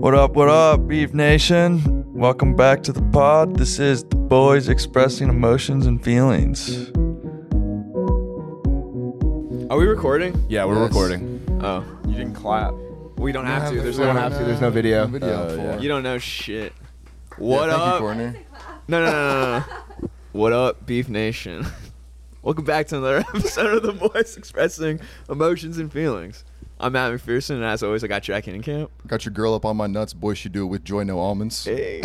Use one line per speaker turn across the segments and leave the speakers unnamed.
What up, what up, Beef Nation? Welcome back to the pod. This is the boys expressing emotions and feelings.
Are we recording?
Yeah, we're
Yes.
recording.
Oh, you didn't clap. We don't have to. There's
we
no
don't have to. There's no video.
Uh,
for
yeah.
it.
You don't know shit. What
yeah, thank
up?
You, Courtney.
no, no, no, no, no. what up, Beef Nation? Welcome back to another episode of The Voice Expressing Emotions and Feelings. I'm Matt McPherson, and as always, I got Jack Camp.
Got your girl up on my nuts. Boy, she do it with joy, no almonds.
Hey.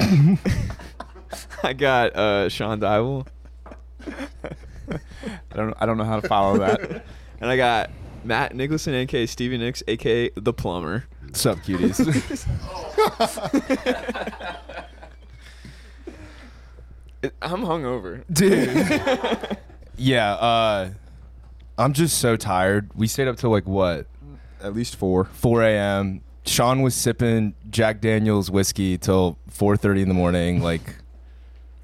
I got uh, Sean Dybel,
I don't I don't know how to follow that.
and I got Matt Nicholson, aka Stevie Nicks, aka The Plumber.
Sup, cuties.
I'm hungover.
yeah, uh I'm just so tired. We stayed up till like what?
At least four.
4 a.m. Sean was sipping Jack Daniels whiskey till 4:30 in the morning. Like,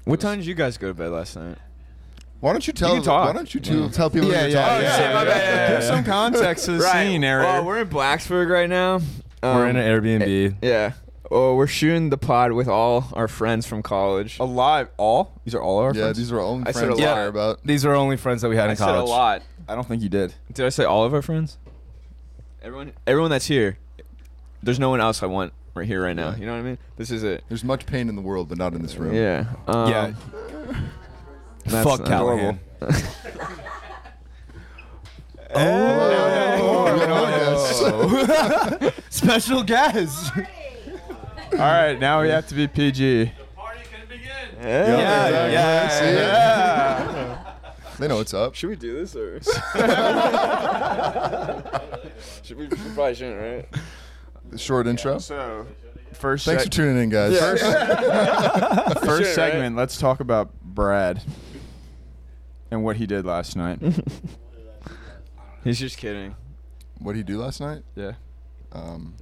What time did you guys go to bed last night?
Why don't you tell?
can talk.
Why don't you two tell people?
Yeah,
you're
yeah,
talking?
yeah,
yeah, yeah,
Give yeah. some
context to
Well, we're in Blacksburg right now.
we're in
Um,
an Airbnb.
Yeah. Oh, we're shooting the pod with all our friends from college.
Alive, all these are all our
Yeah,
friends.
these are our own
I said a
friends
lot.
to care about.
These are only friends that we had
I
in
said
college.
a lot.
I don't think you did.
Did I say all of our friends? Everyone, everyone that's here. There's no one else I want right here right now. You know what I mean? This is it.
There's much pain in the world, but not in this room.
Yeah. Um,
Yeah.
that's
Fuck
adorable.
Callahan. Oh,
Oh,
Oh,
Special guest.
All right, now we have to be PG.
Yeah.
Yeah,
Yeah,
exactly.
yeah,
See it?
Yeah.
They know what's up.
Should we do this or? should we, we probably shouldn't, right?
Short intro.
So, first,
Thanks for
seg-
tuning in, guys.
first
Shit, right?
segment. Let's talk about Brad and what he did last night.
He's just kidding.
What did he do last night?
yeah,
Um,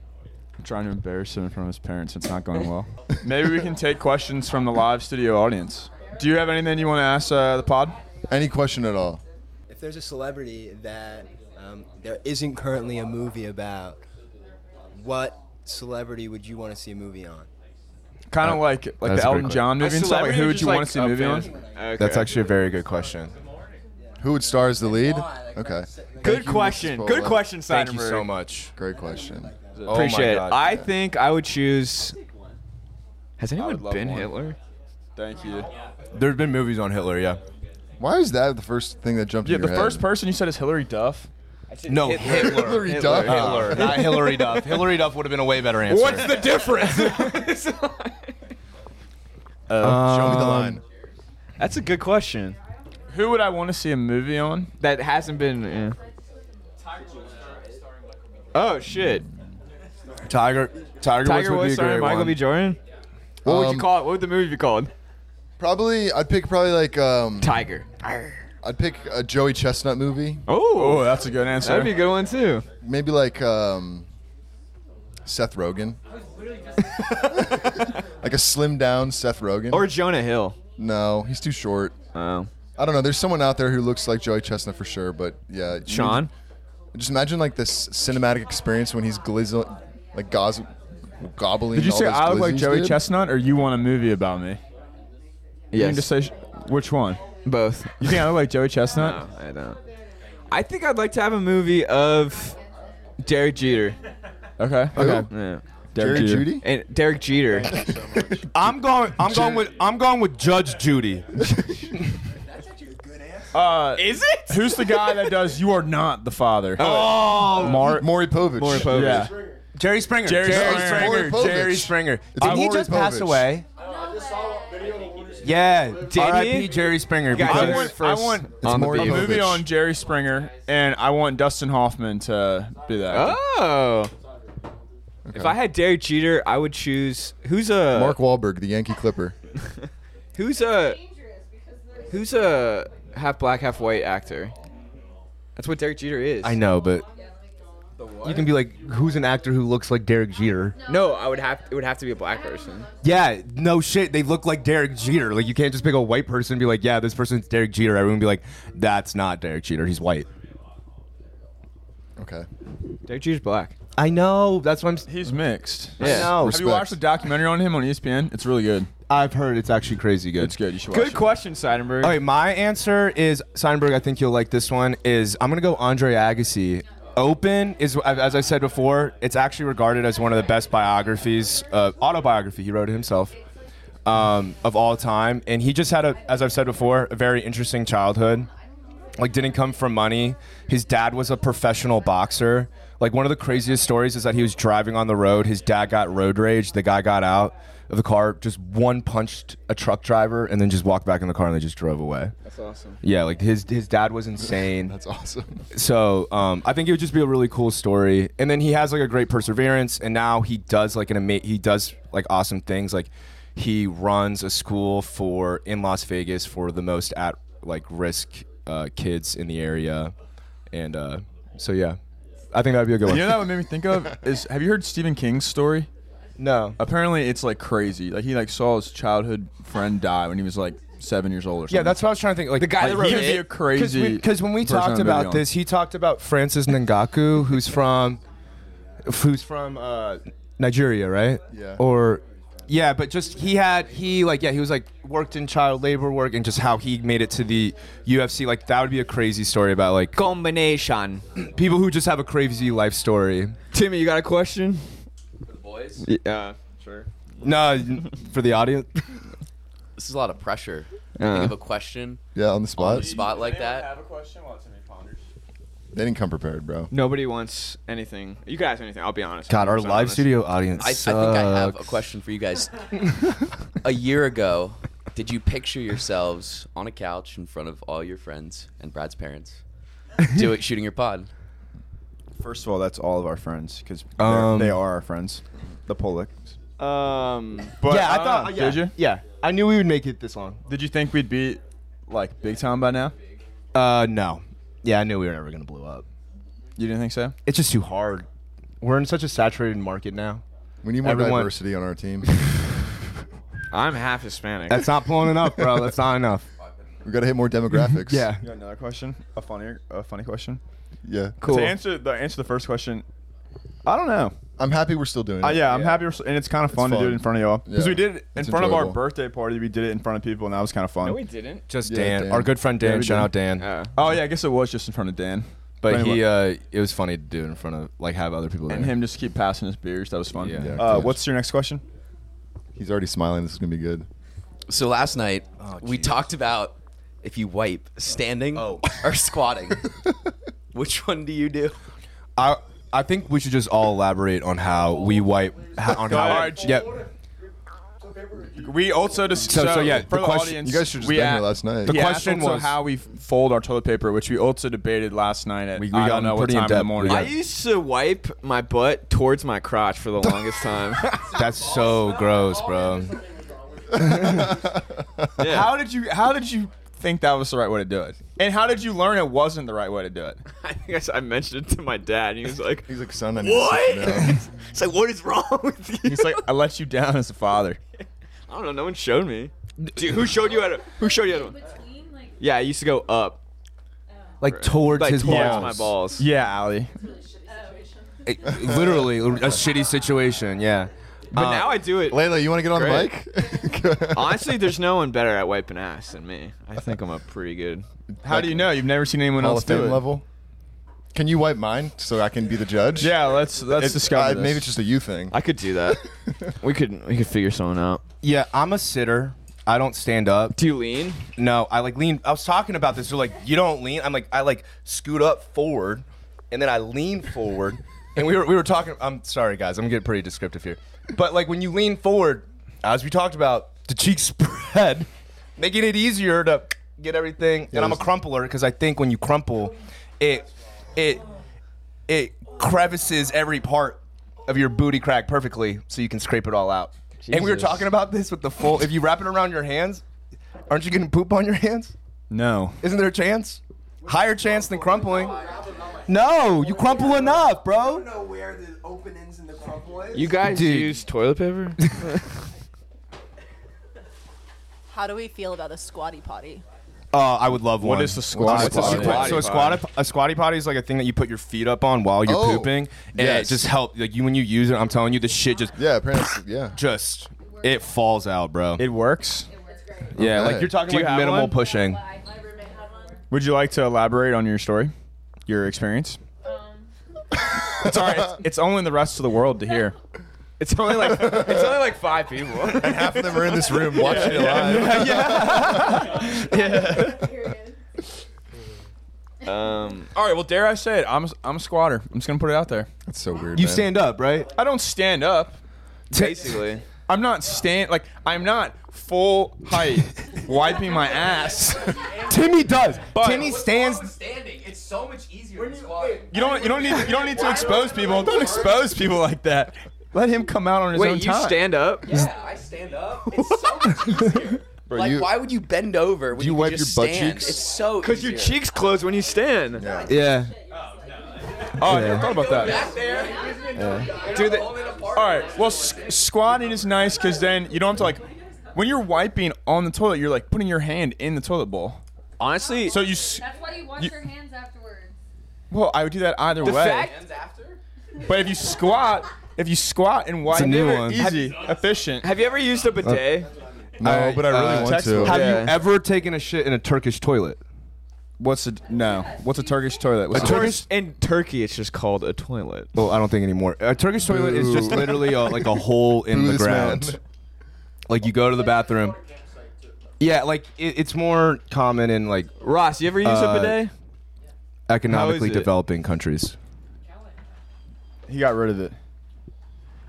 I'm trying to embarrass him in front of his parents. It's not going well. Maybe we can take questions from the live studio audience. Do you have anything you want to ask uh, the pod?
any question at all?
If there's a celebrity that um, there isn't currently a movie about, what celebrity would you want to see a movie on?
Kind of like like
Uh, that's
the
a
Elton
great
John movie and stuff. Like, who would you want to see a movie on?
Okay.
That's actually a very good question.
Who would star as the lead? Okay.
good
Thank you, Mr.
question. Good
Spotlight.
question, Steinberg.
Thank you so much.
Great question.
Oh my
Appreciate
God.
it. I think I would choose. Has anyone
would love
been
one.
Hitler?
Thank you.
There have been movies on Hitler, yeah.
Why is that the first thing that jumped
Yeah,
in
the
your head?
first person you said is Hillary Duff.
No, Hitler.
Hillary Duff.
Uh,
Hitler, not Hillary Duff. Hillary Duff would have been a way better answer.
What's the difference? Uh,
Show me the
Um,
line.
That's a good question.
um, Who would I want to see a movie on?
That hasn't been. Yeah. Oh shit!
Tiger? Tiger,
Tiger
Woods
Woods
would be a
starring
great
Michael
one.
B. Jordan. What would you
Um,
call it? What would the movie be called?
Probably, I'd pick probably like um,
Tiger.
I'd pick a Joey Chestnut movie,
Oh,
Oh, that's a good answer.
that'd be a good one too.
maybe like um, Seth Rogen, like a slim down Seth Rogen.
Or Jonah Hill.
no, he's too short.
Oh,
I don't know. There's someone out there who looks like Joey Chestnut for sure, but yeah, you
Sean.
need- just imagine like this cinematic experience when he's glizzle, like gos- gobbling.
Did you
all
say
those
I look like
glizzies,
Joey
dude.
Chestnut, or you want a movie about me? You can just say sh- which one.
both.
You think I look like Joey
No,
Chestnut?
I don't. I think I'd like to have a movie of Derek Jeter.
Okay. Okay.
Yeah.
Jerry
Derek Jeter.
Judy.
And Derek Jeter.
I'm going. I'm going with. I'm going with Judge Judy.
Uh,
Is it?
who's the guy that does "You Are Not the Father"?
Oh,
Mar-
Maury Povich.
Maury Povich.
yeah.
Jerry Springer.
Jerry
Jerry
Springer.
Springer.
Maury Povich.
Jerry Springer.
It's
Didn't he
Maury
just pass
Povich.
away? Yeah. R.I.P.
he?
Jerry Springer.
Guys,
I
Jerry
because-
want, I want
It's
On the
Maury
a
beat.
Povich.
movie on Jerry Springer, and I want Dustin Hoffman to be that.
Oh. If
Okay.
I had Derek Jeter, I would choose who's a
Mark Wahlberg, the Yankee Clipper.
who's a who's a half black, half white actor. That's what Derek Jeter is.
I know, but you can be like, who's an actor who looks like Derek Jeter?
No, I would have it would have to be a black person.
Yeah, no shit. They look like Derek Jeter. Like you can't just pick a white person and be like, yeah, this person's Derek Jeter. Everyone would be like, that's not Derek Jeter. He's white.
Okay.
Derek Jeter's black.
I know. That's what I'm. s-
He's mixed.
I know.
Have you watched
Respect.
the documentary on him on E ESPN? It's really good.
I've heard it's actually crazy good.
It's good. You should watch
Good
it.
question, Seidenberg.
Okay, my answer is Seinberg. I think you'll like this one. Is I'm gonna go Andre Agassi. Open is as I said before. It's actually regarded as one of the best biographies, uh, autobiography he wrote himself, um, of all time. And he just had a, as I've said before, a very interesting childhood. Like didn't come from money. His dad was a professional boxer. Like one of the craziest stories is that he was driving on the road. His dad got road rage. The guy got out of the car, just one punched a truck driver, and then just walked back in the car and they just drove away.
That's awesome.
Yeah, like his his dad was insane.
That's awesome.
so um, I think it would just be a really cool story. And then he has like a great perseverance, and now he does like an ama- he does like awesome things. Like he runs a school for in Las Vegas for the most at like risk uh, kids in the area, and uh, so yeah, I think that'd be a
You
good one.
know that what made me think of is have you heard Stephen King's story?
No,
Apparently, it's like crazy. Like he like saw his childhood friend die when he was like seven years old or something.
yeah, that's what I was trying to think. Like the guy
Like, he would be a crazy.
Because when we
person
talked
to be
about
on.
this, he talked about Francis Nangaku, who's from, who's from uh, Nigeria, right?
Yeah.
Or, yeah, but just he had he like yeah he was like worked in child labor work and just how he made it to the UFC. Like that would be a crazy story about like
combination.
people who just have a crazy life story.
Timmy, you got a question? The boys? Yeah, sure.
No, for the audience.
This is a lot of pressure.
Uh.
Think of a question
Yeah, on
on
the spot.
the spot like that.
a question? Well, Timmy ponders.
They didn't come prepared, bro.
Nobody wants anything. You can ask anything. I'll be honest.
God, our
I'm
live
honest.
studio audience.
I, I think I have a question for you guys. a year ago, did you picture yourselves on a couch in front of all your friends and Brad's parents? Do it shooting your pod.
First of all, that's all of our friends because
Um,
they are our friends, the Policks.
Um,
But,
yeah, I
uh,
thought. yeah,
Did you?
Yeah, I knew we would make it this long.
Did you think we'd be like big time by now?
Uh, no. Yeah, I knew we were never gonna blow up.
You didn't think so?
it's just too hard. We're in such a saturated market now.
We need more
Everyone-
diversity on our team.
I'm half Hispanic.
That's not pulling enough, bro. That's not enough.
we gotta hit more demographics.
Yeah.
You got another question? A funnier, a funny question.
Yeah.
Cool.
To answer the answer the first question, I don't know.
I'm happy we're still doing it.
Uh, yeah, I'm happy, we're, s- and it's kind of fun, to do
fun.
it in front of y'all because
Yeah.
we did it in
It's
front of our
enjoyable.
birthday party. We did it in front of people, and that was kind of fun.
no, we didn't.
Just
Yeah,
Dan,
Dan.
our good friend Dan.
Yeah, we
shout
do.
out Dan.
Uh,
oh yeah, I guess it was just in front of Dan,
but he,
anyway.
uh, it was funny to do in front of like have other people there.
and him just keep passing his beers. That was fun.
Yeah. Yeah,
uh,
good.
what's your next question?
He's already smiling. This is gonna be good.
So last night, we talked about if you wipe standing or squatting. Which one do you do?
I, Uh, I think we should just all elaborate on how we wipe how, on how.
ahead.
Yeah.
We also just
So- so, yeah,
for
the
the
question-
audience,
You guys should just
we
been
a-
here last night.
the
we asked
question
also
was-
how we f- fold our toilet paper, which we also debated last night at
We- we
I
got
don't know what
pretty in
time in the
depth.
morning.
Yeah.
I used to wipe my butt towards my crotch for the longest time.
That's so gross, bro.
Yeah.
How did you? How did you think that was the right way to do it? And how did you learn it wasn't the right way to do it?
I think I s- I, mentioned it to my dad, and he was like,
He's like, son, I need
"What?"
to sit down.
it's like, "What is wrong with you?"
He's like, I let you down as a father.
"I don't know. No one showed me." Dude, who showed you how to? Who showed you how to?
Between, like,
Yeah, I used to go up,
Like towards
like
his
towards
balls.
my balls.
Yeah, Allie.
It- literally a shitty situation. Yeah.
But
Uh,
now I do it.
Layla, you want to get on
Great.
the bike?
Honestly, there's no one better at wiping ass than me. I think I'm a pretty good.
How do you know? You've never seen anyone
Hall
else
of
do
Fame
it.
level. Can you wipe mine so I can be the judge?
Yeah, let's let's
It's,
discover
uh,
this.
maybe it's just a you thing.
I could do that. we could we could figure someone out.
Yeah, I'm a sitter. I don't stand up.
Do you lean?
No, I like lean. I was talking about this. They're like, you don't lean. I'm like, I like scoot up forward, and then I lean forward. And we were we were talking. I'm sorry, guys. I'm getting pretty descriptive here. But like when you lean forward, as we talked about, the cheeks spread, making it easier to get everything. And I'm a
there's-
crumpler because I think when you crumple, it it it crevices every part of your booty crack perfectly, so you can scrape it all out. And we were
Jesus.
talking about this with the full. If you wrap it around your hands, aren't you getting poop on your hands?
no.
Isn't there a chance? Higher chance than crumpling. No, you crumple enough, bro.
know where the open ends and the crumple is.
You guys
Dude.
use toilet paper?
How do we feel about a squatty potty?
Uh, I would love one.
is the squatty
What's a
potty?
squat- So a
Squatty
squatty, a squatty potty is like a thing that you put your feet up on while you're
Oh,
pooping, and
yes.
it just helps. Like you, when you use it, I'm telling you, the shit just,
Yeah, apparently, it's- yeah.
just, it falls out, bro.
It works.
yeah,
Okay.
like you're talking
Do you
like
have
minimal
one?
pushing.
My, my roommate had one.
Would you like to elaborate on your story, your experience?
Um,
It's all right. It's, it's only the rest of the world to hear.
It's only like it's only like five people.
Half of them are in this room watching it live.
period.
Um,
All right. Well, dare I say it? I'm a, I'm a squatter. I'm just gonna put it out there.
That's so weird.
You
man.
stand up, right?
I don't stand up.
basically,
I'm not stand like I'm not full height wiping my ass.
Timmy does.
But-
Timmy stands.
standing. It's so much easier than squatting.
You don't you don't need you don't need to expose people. Don't expose people like that. Let him come out on his own
wait, you
time.
stand up?
Yeah, I stand up. It's so much easier.
Bro,
like,
you-
why would you bend over when
you
you,
wipe
could just
your butt
stand?
cheeks?
It's so
Because your cheeks close when you stand.
Yeah.
Yeah.
Oh, I never thought about that.
there.
Dude, that- all right. Well, s- squatting is nice because then you don't have to like. When you're wiping on the toilet, you're like putting your hand in the toilet bowl.
Honestly,
So you. S-
That's why you wash
You-
your hands afterwards.
well, I would do that either
The
way.
fact-
but if you squat, if you squat and wipe,
a new
they're
one.
easy, efficient.
have you ever used a bidet?
No, but I really
uh,
want to.
textbook.
Have
Yeah.
you ever taken a shit in a Turkish toilet?
What's a no? What's a Turkish toilet? What's
A Turkish-
in Turkey, it's just called a toilet.
Well, I don't think anymore. A Turkish toilet is just
Boo.
literally a, like a hole in
Boo
the
this
ground.
man.
Like you go to the bathroom. Yeah, like it, it's more common in like
Ross, you ever use
Uh,
a bidet?
economically
it?
developing countries.
He got rid of it.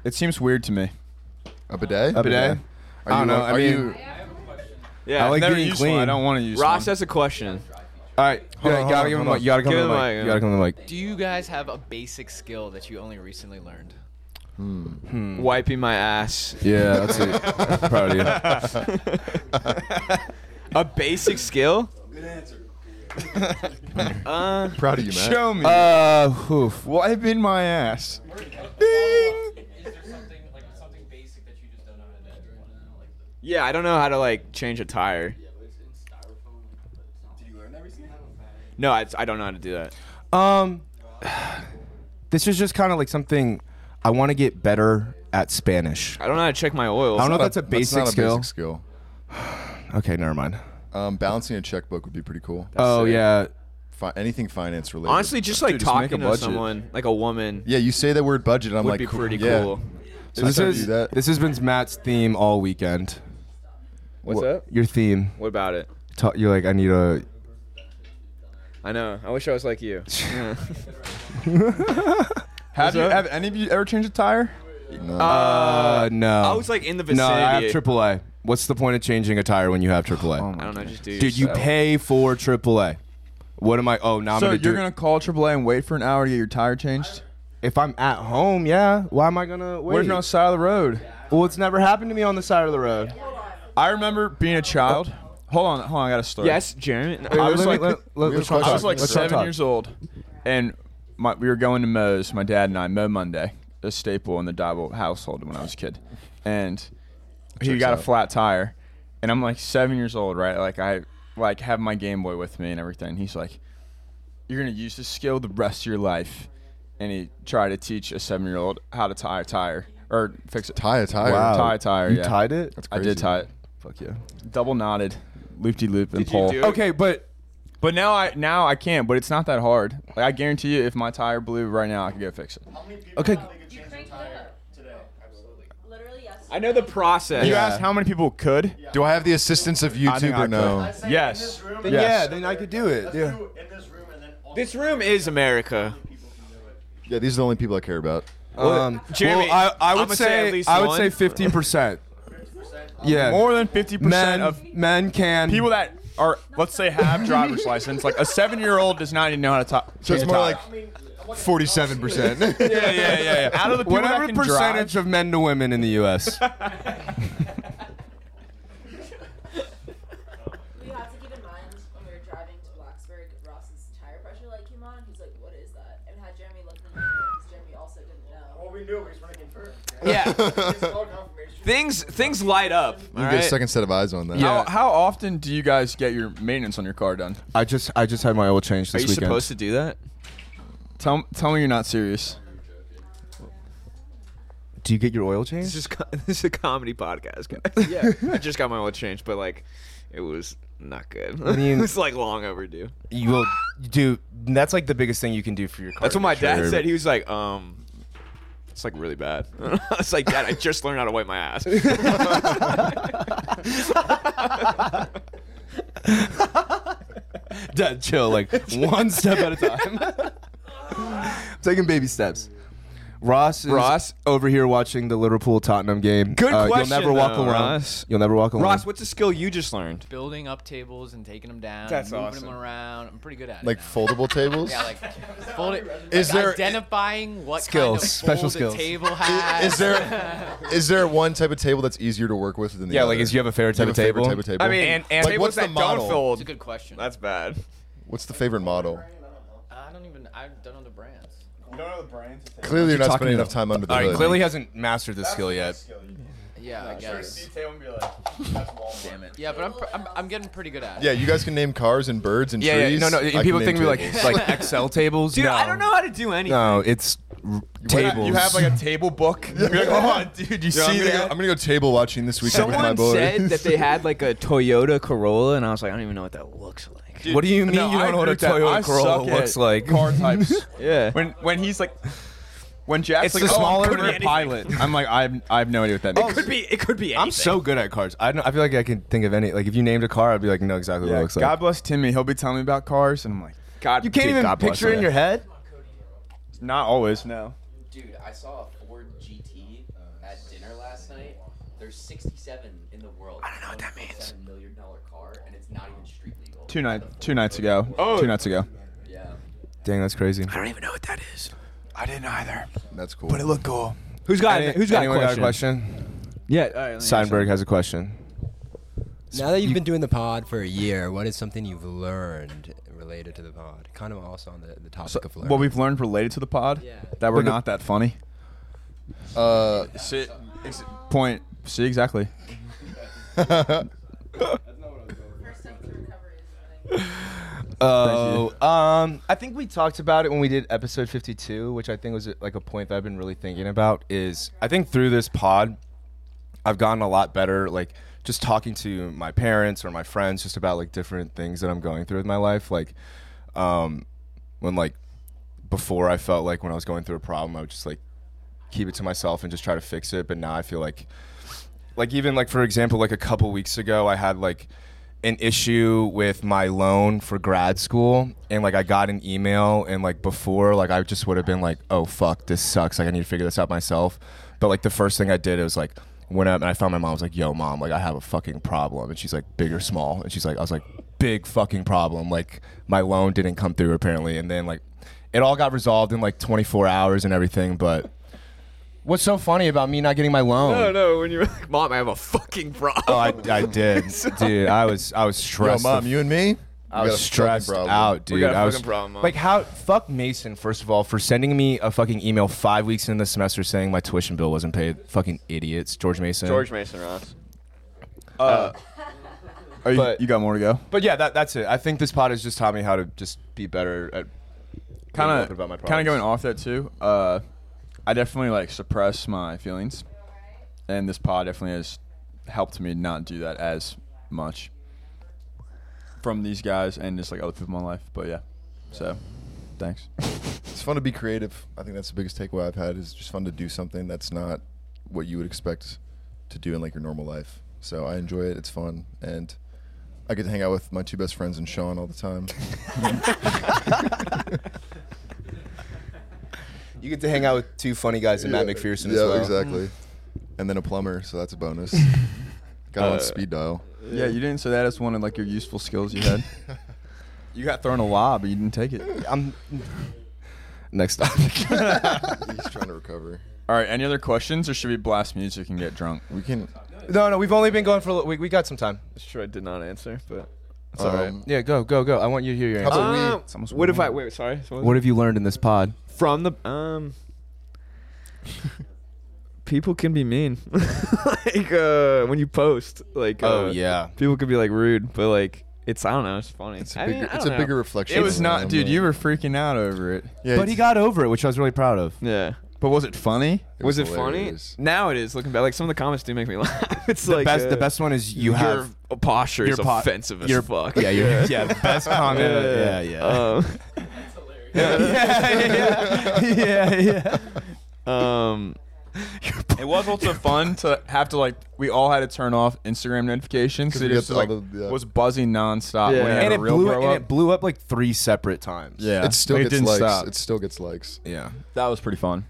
It seems weird to me.
A bidet? A
bidet?
Are you,
I don't know, I
Are
mean-
you,
Yeah.
I like
Never
getting
used
clean.
one. I don't want to use
Ross
one.
has a question.
All right,
Hold
yeah,
on,
you
hold
gotta
on,
give him
hold
the mic.
on.
You gotta come
Give
to
him
the
the
mic.
mic,
You gotta come to the mic.
Do you guys have a basic skill that you only recently learned?
Wiping my ass.
Yeah, that's it. I'm proud of
A basic skill?
proud of you, man.
Show me.
you. Uh,
Oh,
oof.
wipe in my ass.
Yeah, I don't know how to like change a tire. No, I, I don't know how to do that.
Um, this is just kind of like something I want to get better at Spanish.
I don't know how to check my oil.
I don't know if
Not
that's a basic
not a
skill.
basic skill.
Okay, never mind.
Um, balancing a checkbook would be pretty cool.
oh
sick.
yeah,
Fi- anything finance related.
Honestly, just like
Dude, just make
talking
a
to
budget.
someone, like a woman,
yeah, you say that word budget, I'm
would
like,
be
cool,
pretty
yeah.
cool.
so this
I don't
is
do that.
this has been Matt's theme all weekend.
What's up?
Your theme.
What about it?
Ta- you're like, I need a.
I know. I wish I was like you. Yeah.
Have you? Have any of you ever changed a tire?
No.
Uh, no.
I was like in the
no,
vicinity.
I have AAA. What's the point of changing a tire when you have
Oh
AAA?
I don't know. Just do.
Dude, you pay for AAA. What am I? Oh, now I'm
so
gonna do.
you're gonna call AAA and wait for an hour to get your tire changed?
if I'm at home, yeah. Why am I gonna
What
wait?
if you're on the side of the road?
well, it's never happened to me on the side of the road.
I remember being a child. Hold on, hold on. I got a story.
Yes, Jeremy.
I
Wait,
was
let me-
like,
let- let-
we
let's
have a
talk.
I was like
Let's
seven
talk.
years old, and my, we were going to Moe's. My dad and I, Moe Monday, a staple in the Dabo household when I was a kid, and he
Checks
got a
out.
flat tire, and I'm like seven years old, right? Like I like have my Game Boy with me and everything. He's like, "You're gonna use this skill the rest of your life," and he tried to teach a seven year old how to tie a tire or fix a
tie a tire.
Wow. tie a tire.
You
yeah.
tied it.
I
crazy.
did tie it.
Fuck yeah.
Double knotted, loop de loop, and
Did you
pull.
do it?
Okay, but
But now I now I can't. But it's not that hard. Like I guarantee you, if my tire blew right now, I could go fix it.
okay.
You crank it up. Literally, yes.
I know the process.
You asked how many people could.
Do I have the assistance of
I think
YouTube
I
or no?
could. Yes.
Then
Yes.
yeah, then I could do it. Yeah.
This room is America.
Yeah, these are the only people I care about.
Um,
Jeremy,
well, I, I
I'ma
would
say at
say,
least
I would
one.
say fifty percent. Yeah.
More than fifty
men
percent of
men can
people that are let's say have driver's license. Like a seven year old does not even know how to top.
So it's more like 47%.
yeah, yeah, yeah, yeah. Out of the people
whatever
that can
percentage of men to women in the U.S.
We have to keep in mind when we were driving to Blacksburg, Ross's tire pressure light came on. He He's like, what is that? And had Jeremy look in the mirror because Jeremy also didn't know.
Well, we knew he was running first.
Yeah.
All confirmation.
Things things light up.
You get a second set of eyes on that.
How, how often do you guys get your maintenance on your car done?
I just I just had my oil changed
Are
this
you
weekend.
supposed to do that?
Tell tell me you're not serious.
Do you get your oil changed?
This is co- this is a comedy podcast, guys. Yeah, I just got my oil changed, but like, it was not good.
mean-
it's like long overdue.
You will do. That's like the biggest thing you can do for your car.
That's what my dad
Sure.
said. He was like, um, it's like really bad. I was like, Dad, I just learned how to wipe my ass.
Dad, chill. Like one step at a time. Taking baby steps. Ross is
Ross?
over here watching the Liverpool Tottenham game. Uh,
Good question,
You'll never walk
though,
alone.
Ross.
You'll never walk alone.
Ross, what's a skill you just learned?
Building up tables and taking them down,
That's
moving
awesome.
them around. I'm pretty good at it.
Like
now.
foldable tables.
yeah, like fold it.
Is
like
there-
identifying what
Skills,
kind of
special
fold
skills.
a table has?
is there is there one type of table that's easier to work with than the
yeah,
other?
like is you have a favorite
Do you
type of
have a
table?
favorite type of table?
I mean,
And- and-
like, what's the
tables that
model?
Don't fold.
It's a good question.
That's bad.
What's the favorite model?
I don't even. I don't know the brands.
Clearly, you're not
talking
spending
about?
enough time under the
All right,
hood.
clearly hasn't mastered this skill yet.
Oh,
Yeah, I guess.
Damn it.
Yeah, but I'm, pr- I'm I'm getting pretty good at it.
yeah, you guys can name cars and birds and
Yeah, yeah,
trees.
no, no.
I
and
can
people
name
think we like
tables.
it's like Excel tables.
Dude,
no.
I don't know how to do anything.
No, it's r- tables.
You have like a table book. You're like, oh, dude, you
Yo, I'm gonna,
see
go,
that?
I'm gonna go table watching this weekend with my
Someone
boys.
said that they had like a Toyota Corolla, and I was like, I don't even know what that looks like.
what do you mean you don't know what a Toyota Corolla looks like?
Car types.
Yeah.
when when he's like, when Jack's
It's
like,
the
oh,
smaller
could be
version.
anything. pilot. I'm like, I've I have no idea what that means.
Could be. It could be. Anything.
Oh, I'm so good at cars. I don't. I feel like I can think of any. Like if you named a car, I'd be like, no, exactly what
Yeah,
it looks
God
like.
bless Timmy. He'll be telling me about cars, and I'm like,
God.
you can't even picture it in your
head.
not always. No.
Dude, I saw a Ford GT at dinner last night. There's 67 in the world. I don't know what that means. million dollar car, and it's not even street legal.
Two night two nights ago. Oh. Two nights ago.
Yeah.
Dang, that's crazy.
I don't even know what that is.
I didn't either.
That's cool.
looked cool.
Who's got?
Any-
who's got a
anyone
question?
got a question?
Yeah. All right,
Seinberg has a question.
Now that you've been doing the pod for a year, what is something you've learned related to the pod? Kind of also on the, the topic of learning.
What we've learned related to the pod
Yeah.
that we're not that funny.
Uh,
See, point. See exactly.
First time to recovery is running.
Oh, um, I think we talked about it when we did episode 52, which I think was uh, like a point that I've been really thinking about. Is I think through this pod, I've gotten a lot better, like just talking to my parents or my friends, just about like different things that I'm going through with my life. Like, um, when like before, I felt like when I was going through a problem, I would just like keep it to myself and just try to fix it. But now I feel like like even like for example like a couple weeks ago i had like an issue with my loan for grad school and like i got an email and like before like i just would have been like oh fuck this sucks like i need to figure this out myself but like the first thing i did was like went up and i found my mom I was like yo mom like i have a fucking problem and she's like big or small and she's like i was like big fucking problem like my loan didn't come through apparently and then like it all got resolved in like 24 hours and everything but what's so funny about me not getting my loan
No, no. When you're like, Mom, I have a fucking problem.
Oh, I, I did, dude. I was I was
yo,
stressed.
mom, you and me.
I was stressed out, dude.
We got a
I was
fucking problem, Mom.
like, how fuck Mason first of all for sending me a fucking email five weeks in the semester saying my tuition bill wasn't paid. Fucking idiots, George Mason.
George Mason Ross.
Uh, Oh, you,
But-
you got more to go.
But yeah, that, that's it. I think this pod has just taught me how to just be better at
kind
open about my
of kind of
problems.
going off that too. Uh, I definitely like suppress my feelings, and this pod definitely has helped me not do that as much from these guys and just like other people in my life. But yeah, so thanks.
It's fun to be creative. I think that's the biggest takeaway I've had. Is just fun to do something that's not what you would expect to do in like your normal life. So I enjoy it. It's fun, and I get to hang out with my two best friends and Sean all the time.
You get to hang out with two funny guys and Matt McPherson
yeah,
as well.
exactly. And then a plumber, so that's a bonus. Got
Uh,
on speed dial.
Yeah, you didn't say that as one of like your useful skills you had. you got thrown a lob, but you didn't take it.
I'm next topic.
He's trying to recover.
All right, any other questions, or should we blast music and get drunk?
We can.
no, no, we've only been going for a little, we we got some time.
Sure, I did not answer, but
That's all right.
Yeah, go, go, go. I want you to hear your
How
answer.
about we-
Um,
It's almost
what if I
warm.
wait? Sorry. What was
What have you learned in this pod?
it? from the um? people can be mean, like uh, when you post, like uh,
Oh, yeah.
people can be like rude, but like it's I don't know, it's funny.
It's
I
a
mean,
bigger,
I
it's
don't
a
know.
bigger reflection.
It
of
was
the
not,
time,
dude.
though.
You were freaking out over it.
Yeah,
But
it's-
he got over it, which I was really proud of.
Yeah.
But was it funny?
Was it
hilarious.
funny? Now it is. Looking back, like some of the comments do make me laugh. It's
The
like
best,
uh,
the best one is you
your
have.
posture
your
is
po-
offensive
your-
as fuck.
Yeah, your, yeah, the best comment. Yeah, yeah.
Um,
yeah, yeah, yeah, yeah.
um,
It was also fun to have to like we all had to turn off Instagram notifications.
'Cause
It
we
just
got
like
the- the- uh, yeah.
was buzzing nonstop.
Yeah.
When you had
And
a
it
real
blew,
blow
and
up.
it blew up like three separate times.
yeah,
It still
It
gets
didn't
likes.
stop.
It still gets likes.
Yeah.
that was pretty fun.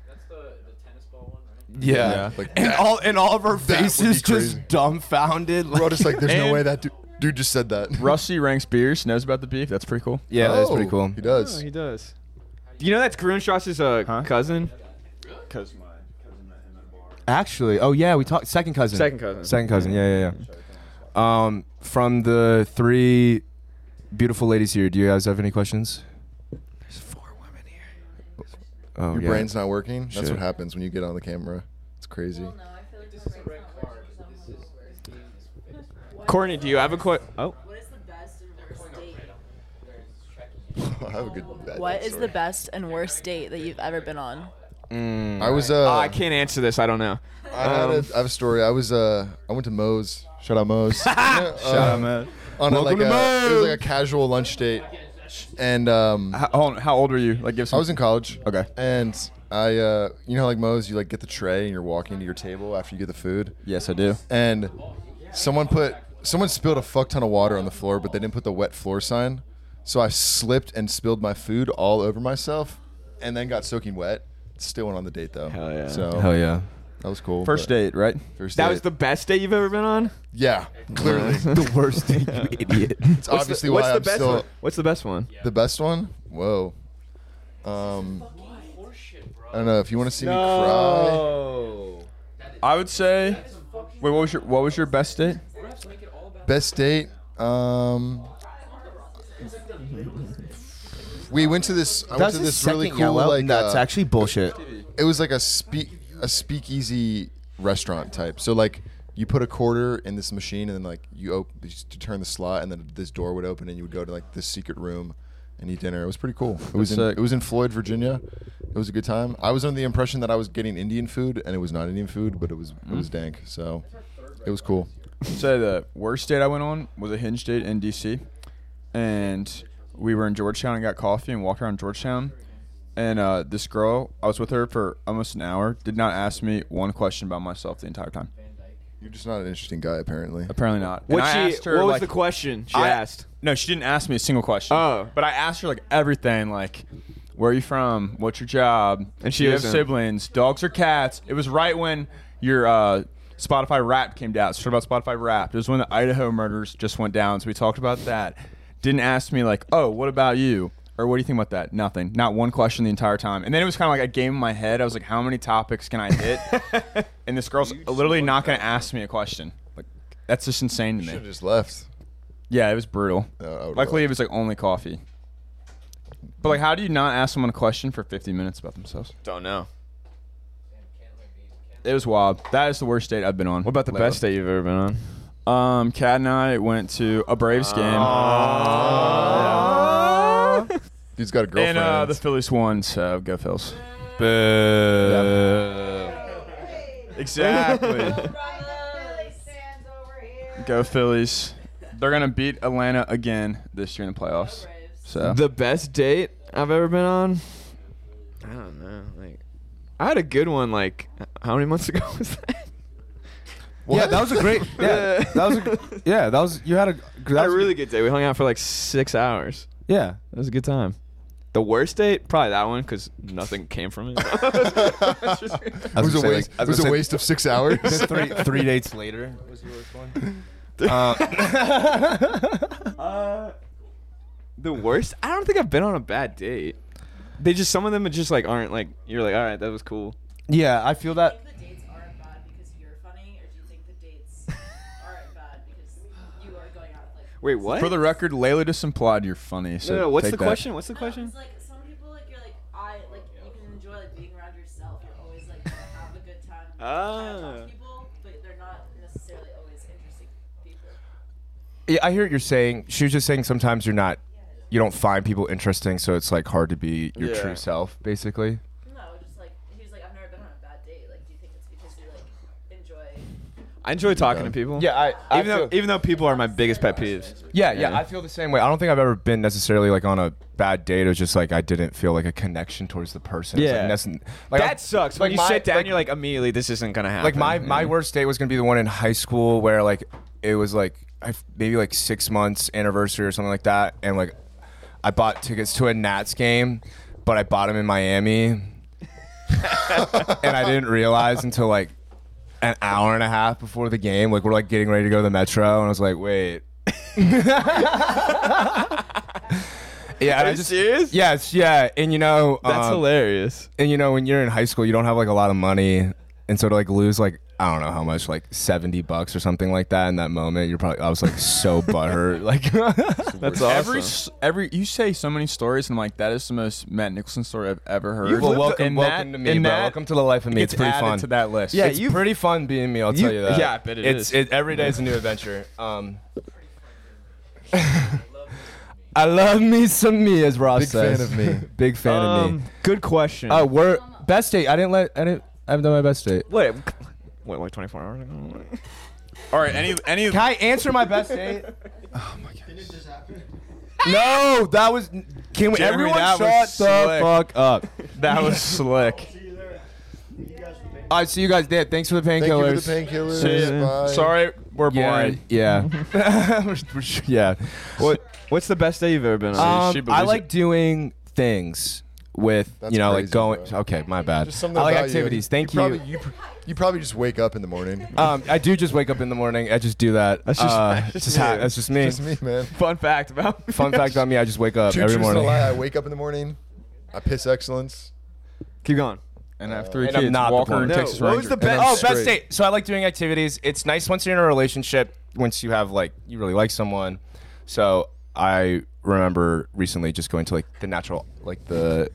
Yeah.
Yeah.
Like
And
that-
all and all of our
would be crazy.
faces just dumbfounded.
We're all just like, there's no
And-
way that dude, dude just said that.
Rusty ranks beers, knows about the beef. That's pretty cool.
yeah, that's
Oh,
pretty cool.
He
oh,
does.
he does. Do you know that's Grunstras's uh,
Huh?
cousin?
Cause my
Actually, oh yeah, we talked second cousin.
Second cousin.
Second cousin. Yeah, yeah, yeah. Um, from the three beautiful ladies here, do you guys have any questions? There's four women here. Oh
Your
yeah.
brain's not working. That's
Shit.
what happens when you get on the camera. It's crazy.
Well, no, I feel like this is a red card.
Courtney, do you have a question? Oh,
What is the best and worst date?
I have a good. bad
What
date
is the
story.
best and worst date that you've ever been on?
Mm.
I was. Uh,
I can't answer this. I don't know.
I, had
Um,
a, I have a story. I was. Uh, I went to Moe's. Shout out Moe's. Shout
Shout out, man.
On a, like
Welcome to
a, it was
Moe's.
like a casual lunch date, and um,
How,
oh,
hold on, how old were you? Like, give
I
some.
was in college.
Okay.
And I, uh, you know, how, like Moe's, you like get the tray and you're walking to your table after you get the food,
yes, I do.
and someone put someone spilled a fuck ton of water on the floor, but they didn't put the wet floor sign, so I slipped and spilled my food all over myself, and then got soaking wet. Still went on the date though.
Hell yeah.
So
Hell yeah.
that was cool.
First
but-
date, right?
First
That
date.
was the best date you've ever been on.
yeah. Clearly,
the worst thing, you idiot.
What's
it's obviously
the,
why
what's the
I'm
best
still
one? What's the best one?
the best one. Whoa. Um, I don't know if you want to see me cry.
I would say. Wait, what was your what was your best date?
Best date. Um, we went to this. I went
That's
to
a
this
second
really cool.
yellow.
Like
That's
uh,
actually bullshit.
It was like a speak a speakeasy restaurant type. So like you put a quarter in this machine and then like you op- you just turn the slot and then this door would open and you would go to like this secret room and eat dinner. It was pretty cool. It was in,
That's sick.
it was in Floyd, Virginia. It was a good time. I was under the impression that I was getting Indian food and it was not Indian food, but it was it
Mm.
was dank. So it was cool.
say the worst date I went on was a hinge date in DC, and we were in Georgetown and got coffee and walked around Georgetown. And uh, this girl, I was with her for almost an hour, did not ask me one question about myself the entire time.
You're just not an interesting guy apparently.
Apparently not. And
What
I
she?
asked her,
what was
like-
the question she
I-
asked?
No, she didn't ask me a single question.
Oh.
but I asked her like everything, like where are you from, what's your job,
And she
Do you have
isn't.
siblings, dogs or cats. It was right when your uh, Spotify Wrapped came down. So about Spotify Wrapped. It was when the Idaho murders just went down, so we talked about that. Didn't ask me like, oh, what about you? Or what do you think about that? Nothing. Not one question the entire time. And then it was kind of like a game in my head. I was like, how many topics can I hit? and this girl's literally not going to ask me a question. Like, that's just insane to me.
Should have just left.
Yeah, it was brutal.
Uh, I would've
Luckily,
liked
it was like only coffee. But like, how do you not ask someone a question for 50 minutes about themselves?
Don't know.
It was wild. That is the worst date I've been on.
What about the best date you've ever been on?
Um, Kat and I went to a Braves game,
He's got a girlfriend.
and uh, the Phillies won. So go Phils. Exactly. go Phillies. They're gonna beat Atlanta again this year in the playoffs. So
The best date I've ever been on? I don't know. Like I had a good one like how many months ago was that?
Yeah, that was a great. Yeah, that was. A, yeah, that was. You had a. That
I had a
was-
really good day. We hung out for like 6 hours.
Yeah.
It was a good time. The worst date? Probably that one cuz nothing came from it.
it was a
gonna say,
waste.
like, I
it
was
was a
gonna say-
waste of six hours.
three three dates later was your worst one.
Uh, the worst? I don't think I've been on a bad date. They just some of them are just like aren't like you're like all right, that was cool.
Yeah, I feel that.
think the dates aren't bad because you're funny, or do you think the dates aren't bad because you are going out with like
Wait, what?
For the record, Layla just implied you're funny. So
no, no, what's
take
the
that.
question? What's the
No,
question?
It's like some people like you're like I like you can enjoy like being around yourself. You're always like gonna have a good time. and try to talk
Ah.
to people, but they're not necessarily always interesting people.
Yeah, I hear what you're saying. She was just saying sometimes you're not, you don't find people interesting, so it's like hard to be your
Yeah.
true self, basically.
No, just like he was like I've never been on a bad date. Like, do you think it's because you like enjoy?
I enjoy talking to people.
Yeah, I,
Even though even though people are my biggest pet peeves.
yeah, yeah, I feel the same way. I don't think I've ever been necessarily like on a bad date. It was just like I didn't feel like a connection towards the person. It's,
Yeah.
like, nescin- like, I-
that sucks. When
like,
you
my-
sit down, you're like immediately this isn't gonna happen.
like my my worst date was gonna be the one in high school where like it was like I, maybe like six months anniversary or something like that, and like I bought tickets to a Nats game, but I bought them in Miami, and I didn't realize until like an hour and a half before the game, like we're like getting ready to go to the metro, and I was like, wait. yeah, and
Are
I
you
just
serious?
yes, yeah, and you know
That's
um,
hilarious.
and you know when you're in high school you don't have like a lot of money and so to like lose like i don't know how much like 70 bucks or something like that in that moment you're probably i was like so butthurt like
That's awesome.
Every s- every you say so many stories, and I'm like, that is the most Matt Nicholson story I've ever heard.
well, welcome
And
welcome
that-
to me
and
bro.
that
welcome to the life of me
gets
it's pretty
added
fun
to that list.
yeah it's pretty fun being me i'll tell
you-
you that
yeah, I bet it
it's
is.
it, every day is a new adventure um I love me some me, as Ross
Big fan
says.
of me.
Big fan of
Um,
me.
good question.
Oh, we're best date. I didn't let. I didn't. I haven't done my best date.
wait, wait, like 24 hours ago.
All right, any any
Can I answer my best date?
Didn't it just happen?
No, that was. Can we?
Jeremy,
everyone
that
shut the
was slick.
fuck up.
that was slick.
See you there. You guys for being-
All right, see you guys there. Thanks for the
Thank you for
painkillers.
the painkillers.
Yeah.
Bye.
Sorry, we're
yeah,
boring.
yeah. We're- we're sure- yeah.
What What's the best day you've ever been on?
Um,
she believes
I
it.
like doing things with
That's
you know
crazy,
like going.
bro.
Okay, my bad.
Just
I
something
like
about
activities.
You.
Thank you.
Probably, you, pr- you probably just wake up in the morning.
um, I do just wake up in the morning. I just do that.
That's just-
Uh,
that's
it's
just
just ha-
you.
that's just me.
Just me, man.
Fun fact about me.
Fun fact about me: I just wake up
Two
every
truths and a
morning.
lie. I wake up in the morning. I piss excellence.
Keep going.
and I have three
And I'm
kids.
not the
Walker
boring.
and
No,
Texas
what was
Ranger.
the best-
I'm
oh, best
straight.
date. So I like doing activities. It's nice once you're in a relationship, once you have like you really like someone. So I remember recently just going to like the natural, like the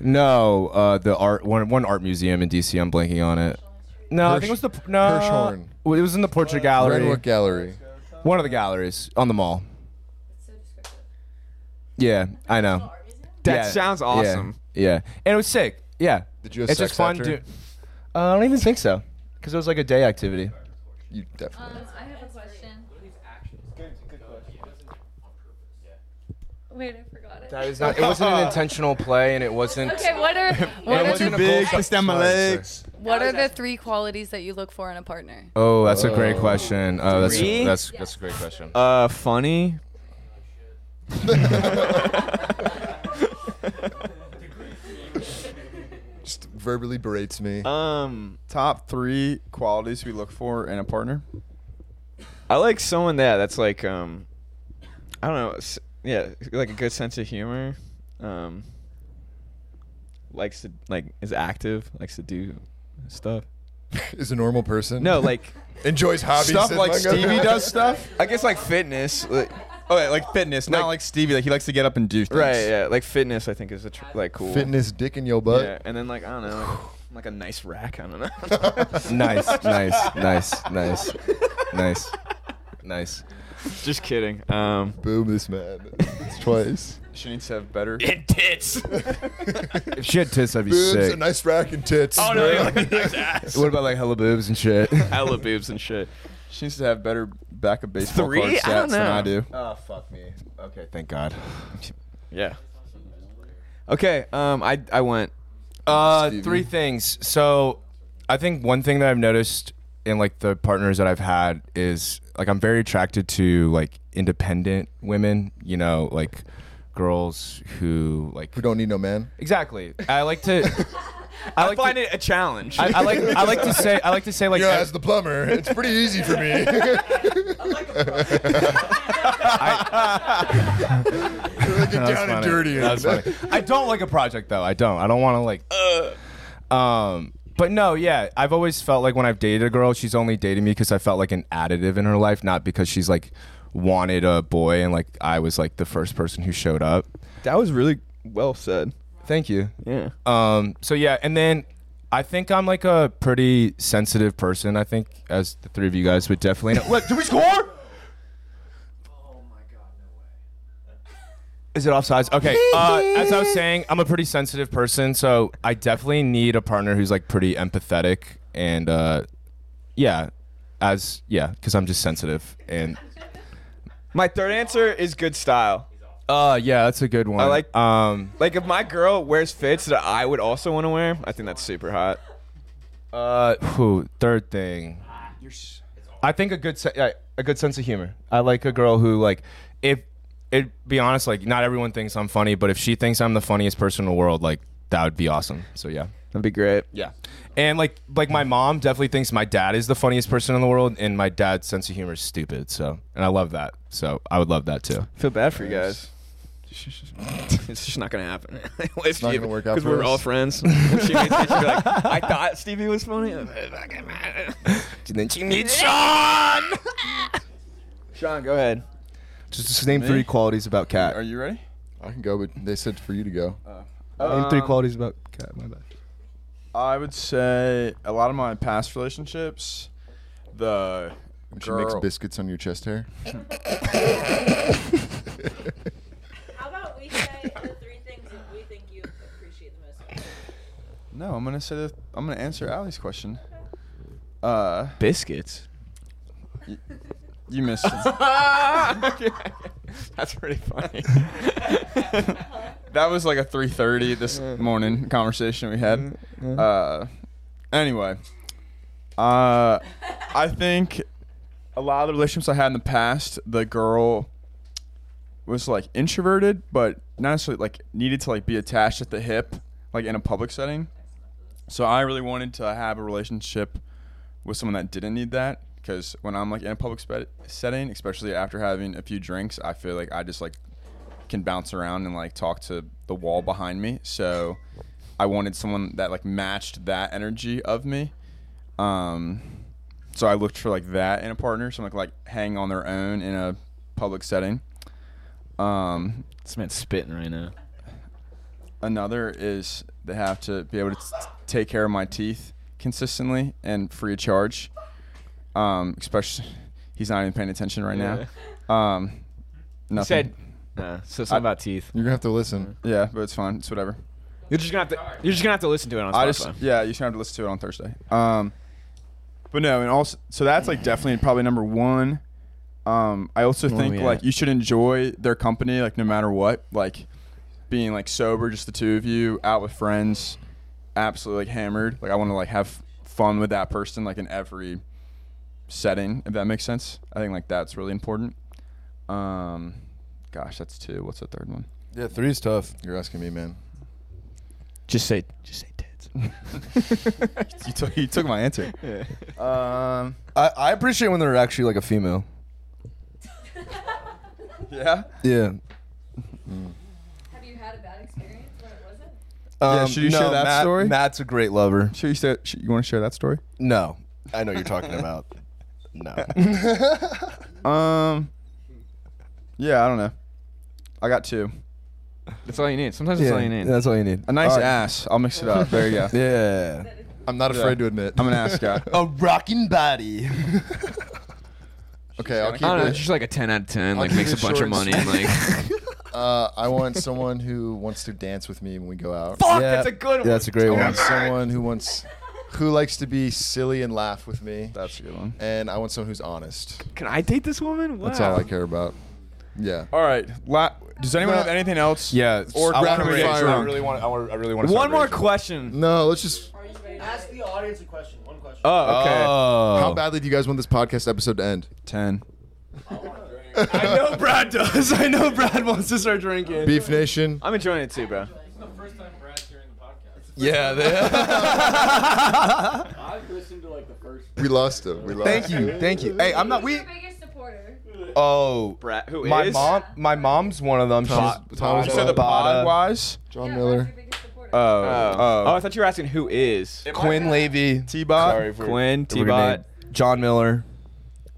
no, uh, the art one one art museum in DC. I'm blanking on it. No, I think it was the no.
Hirshhorn.
Well, It was in the Portrait Gallery,
Renwick Gallery.
one of the galleries on the mall.
It's so descriptive.
Yeah, I know.
Art museum?
That
Yeah.
sounds
Yeah.
awesome.
Yeah, and it was sick. Yeah,
Did you have
it's
sex
just fun.
after?
do- uh, I don't even think so, because it was like a day activity.
You definitely.
Um, I have a question. Wait, I forgot it.
It's not- it wasn't an intentional play, and it wasn't.
Okay, what are
And
what
it
are,
wasn't
the,
a bull-
down my legs.
what are the three qualities that you look for in a partner?
Oh, that's a great question. Oh, that's
Three?
that's that's a great question.
Uh, funny.
Just verbally berates me.
Um,
Top three qualities we look for in a partner.
I like someone that that's like um, I don't know, s- yeah, like a good sense of humor. Um, likes to like is active, likes to do stuff.
Is a normal person.
No, like
enjoys hobbies.
Stuff
as
like
much as-
Stevie does stuff. I guess like fitness. Like, oh, yeah, like fitness, not like Stevie. Like he likes to get up and do things.
right, yeah, like fitness. I think is a tr- like cool.
Fitness dick in your butt.
yeah, and then like I don't know, like, like a nice rack. I don't know.
nice, nice, nice, nice, nice, nice.
Just kidding. Um,
Boom, this man. It's twice.
She needs to have better.
tits.
If she had tits, I'd be
Boobs, a
sick.
nice rack and tits.
oh no, you're like a nice ass.
What about like hella boobs and shit?
Hella boobs and shit.
She needs to have better back of baseball
Three?
card stats
I don't
than I
know.
do.
oh fuck me. Okay, thank God.
Yeah. Okay. Um, I I went.
Uh,
Stevie.
three things. So, I think one thing that I've noticed in like the partners that I've had is like I'm very attracted to like independent women. You know, like girls who like
Who don't need no man.
exactly. I like to. I like to,
it a challenge.
I, I like I like to say I like to say like
You know, as the plumber, it's pretty easy for me. You're like a
That's
down and
funny.
dirty.
That's funny. I don't like a project though. I don't. I don't want to like. Um. But no, yeah, I've always felt like when I've dated a girl, she's only dated me because I felt like an additive in her life, not because she's like wanted a boy, and like I was like the first person who showed up.
That was really well said.
Thank you.
Yeah.
Um. So yeah, and then I think I'm like a pretty sensitive person. I think as the three of you guys would definitely know. Look, did we score? Oh my god, no way. Is it offsides? Okay. Uh, as I was saying, I'm a pretty sensitive person, so I definitely need a partner who's like pretty empathetic and uh, yeah, as yeah, because I'm just sensitive and.
My third answer is good style.
Uh yeah, that's a good one.
I like-
um
Like if my girl wears fits that I would also want to wear, I think that's super hot.
uh whew, third thing. I think a good se- uh, a good sense of humor. I like a girl who like if it be honest like not everyone thinks I'm funny, but if she thinks I'm the funniest person in the world, like that would be awesome. So yeah.
That'd be great.
Yeah. And like like my mom definitely thinks my dad is the funniest person in the world and my dad's sense of humor is stupid. So and I love that. So I would love that too.
Feel bad for you guys. it's just not gonna happen. it's
not gonna work out
because
for
we're
us.
all friends. If she makes it, she'll be like, I thought Stevie was funny.
then she needs Sean.
Sean, go ahead.
Just, just name three qualities about cat.
Are you ready?
I can go, but they said for you to go.
Name three
Um,
qualities about cat. My bad.
I would say a lot of my past relationships, the
When she makes
girl.
biscuits on your chest hair.
How about we say the three things that we think you appreciate the most?
no, I'm gonna say the, I'm gonna answer Ali's question. Uh,
Biscuits.
you missed. it.
That's pretty funny.
that was like a 3:30 this morning conversation we had. Uh, anyway, uh, I think a lot of the relationships I had in the past, the girl was like introverted, but not necessarily like needed to like be attached at the hip, like in a public setting. So I really wanted to have a relationship with someone that didn't need that because when I'm like in a public spe- setting, especially after having a few drinks, I feel like I just like can bounce around and like talk to the wall behind me. So I wanted someone that like matched that energy of me. Um, so I looked for like that in a partner, someone like like hang on their own in a public setting. Um,
this man's spitting right now.
another is they have to be able to t- take care of my teeth consistently and free of charge. Um, especially, he's not even paying attention right now. Um, nothing.
Said. Nah, so something about teeth.
You're gonna have to listen.
yeah, but it's fine. It's whatever.
You're just gonna have to. You're just gonna have to listen to it on Spotify.
I just yeah, you should have to listen to it on Thursday. Um, but no, and also so that's like definitely probably number one. Um, I also
Where
think
we
like
at?
you should enjoy their company like no matter what, like being like sober, just the two of you out with friends, absolutely like hammered. Like I want to like have fun with that person like in every setting, if that makes sense. I think like that's really important. Um, gosh, that's two. What's the third one?
Yeah, three is tough. You're asking me, man.
just say. Just say tits.
You took you took my answer. Um,
I, I appreciate when they're actually like a female.
yeah.
Yeah.
Have you had a bad experience? What was it?
Yeah, should you share that
Um, Matt-
story?
Matt's a great lover.
Sure, you said sh- you want to share that story.
No, I know you're talking about. No.
Um. Yeah, I don't know. I got two.
That's all you need. Sometimes that's all you need.
That's all you need.
A nice
All right.
ass. I'll mix it up. There you go.
Yeah.
I'm not afraid to admit.
I'm an ass guy.
A rocking body.
okay, I'll keep
I don't know.
it.
It's just like a ten out of ten.
I'll
Like
keep
makes a
it
bunch
short
of money.
and sweet.
And like
Uh, I want someone who wants to dance with me when we go out.
fuck, that's a good one.
That's a great
I
one.
want someone who wants, who likes to be silly and laugh with me,
That's a good one.
and I want someone who's honest.
Can I date this woman?
That's all I care about. Yeah.
All right. La- Does anyone have anything else?
Yeah.
Or
I
rapid
wanna
fire.
rage. I really want. I, wanna- I really want.
One more question.
No, let's just.
Ask the audience a question. One question.
Oh, okay.
How badly do you guys want this podcast episode to end?
Uh, Ten.
I know Brad does. I know Brad wants to start drinking.
Beef Nation.
I'm enjoying it too, bro.
Yeah.
I've listened to like the first.
We lost him. We lost.
thank you. Thank you. Hey, I'm not. We.
Your biggest supporter.
Oh.
Brad, who
My
is?
mom. My mom's one of them.
Tom-
She's
Tom-
You said the
Bada.
pod wise.
John
yeah,
Miller.
Your biggest supporter.
Oh.
Uh,
Oh.
Oh.
Oh, I thought you were asking who is.
Quinn Levy.
T-Bot. Uh,
Sorry for
Quinn,
We're gonna
T-Bot.
name John Miller.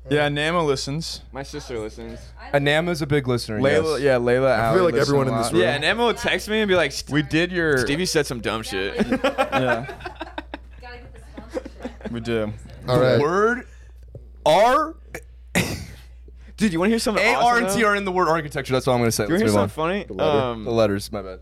Yeah, Nama listens.
My sister listens.
Anama's a big listener.
Layla,
yes.
yeah, Layla.
I feel
Allie
like
listen
everyone
a
in this
lot.
room-
Yeah, and Emma would text me and be like,
We did your.
Stevie said some dumb shit.
Yeah,
Gotta get the sponsorship.
we do.
All right.
Word R
Dude, you want to hear something
A R
awesome,
and
though?
T are in the word architecture. That's all I'm gonna say.
You want
Let's
to hear
move on.
something funny?
The, letter.
Um,
the letters. My bad.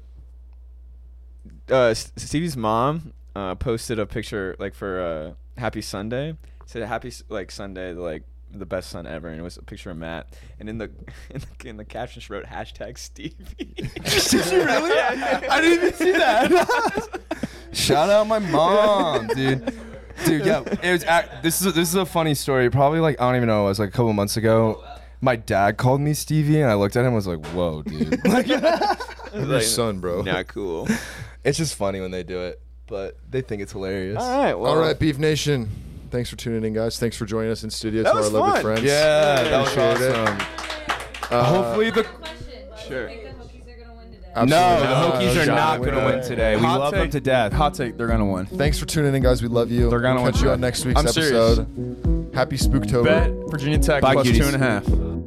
uh, S- Stevie's mom uh, posted a picture like for uh, Happy Sunday. said Happy S- like Sunday, like the best son ever, and it was a picture of Matt. And in the in the, in the caption, she wrote hashtag Stevie.
Did you really? I didn't even see that. Shout out my mom, dude. Dude, yeah, it was. At, this is a, this is a funny story. Probably like I don't even know. It was like a couple months ago. My dad called me Stevie, and I looked at him. and was like, "Whoa, dude!" Like,
I'm your son, bro.
Not cool.
it's just funny when they do it, but they think it's hilarious.
All right. Well,
All right, Beef Nation. Thanks for tuning in, guys. Thanks for joining us in studio to
That
our
was
lovely
fun.
friends.
Yeah, that was
Appreciate it.
awesome.
Uh,
Hopefully the
Question. Do
Sure.
you think the Hokies are gonna win today?
absolutely
no, the
not.
Oh,
Hokies are
Shot
not
away.
going to win today. We
Hot
love them
take.
to death.
Hot take. They're gonna win.
Thanks for tuning in, guys. We love you.
They're gonna
we'll catch
win.
you on next week's
I'm serious.
episode. Happy Spooktober.
Bet Virginia Tech
Bye,
plus
cuties.
two and a half.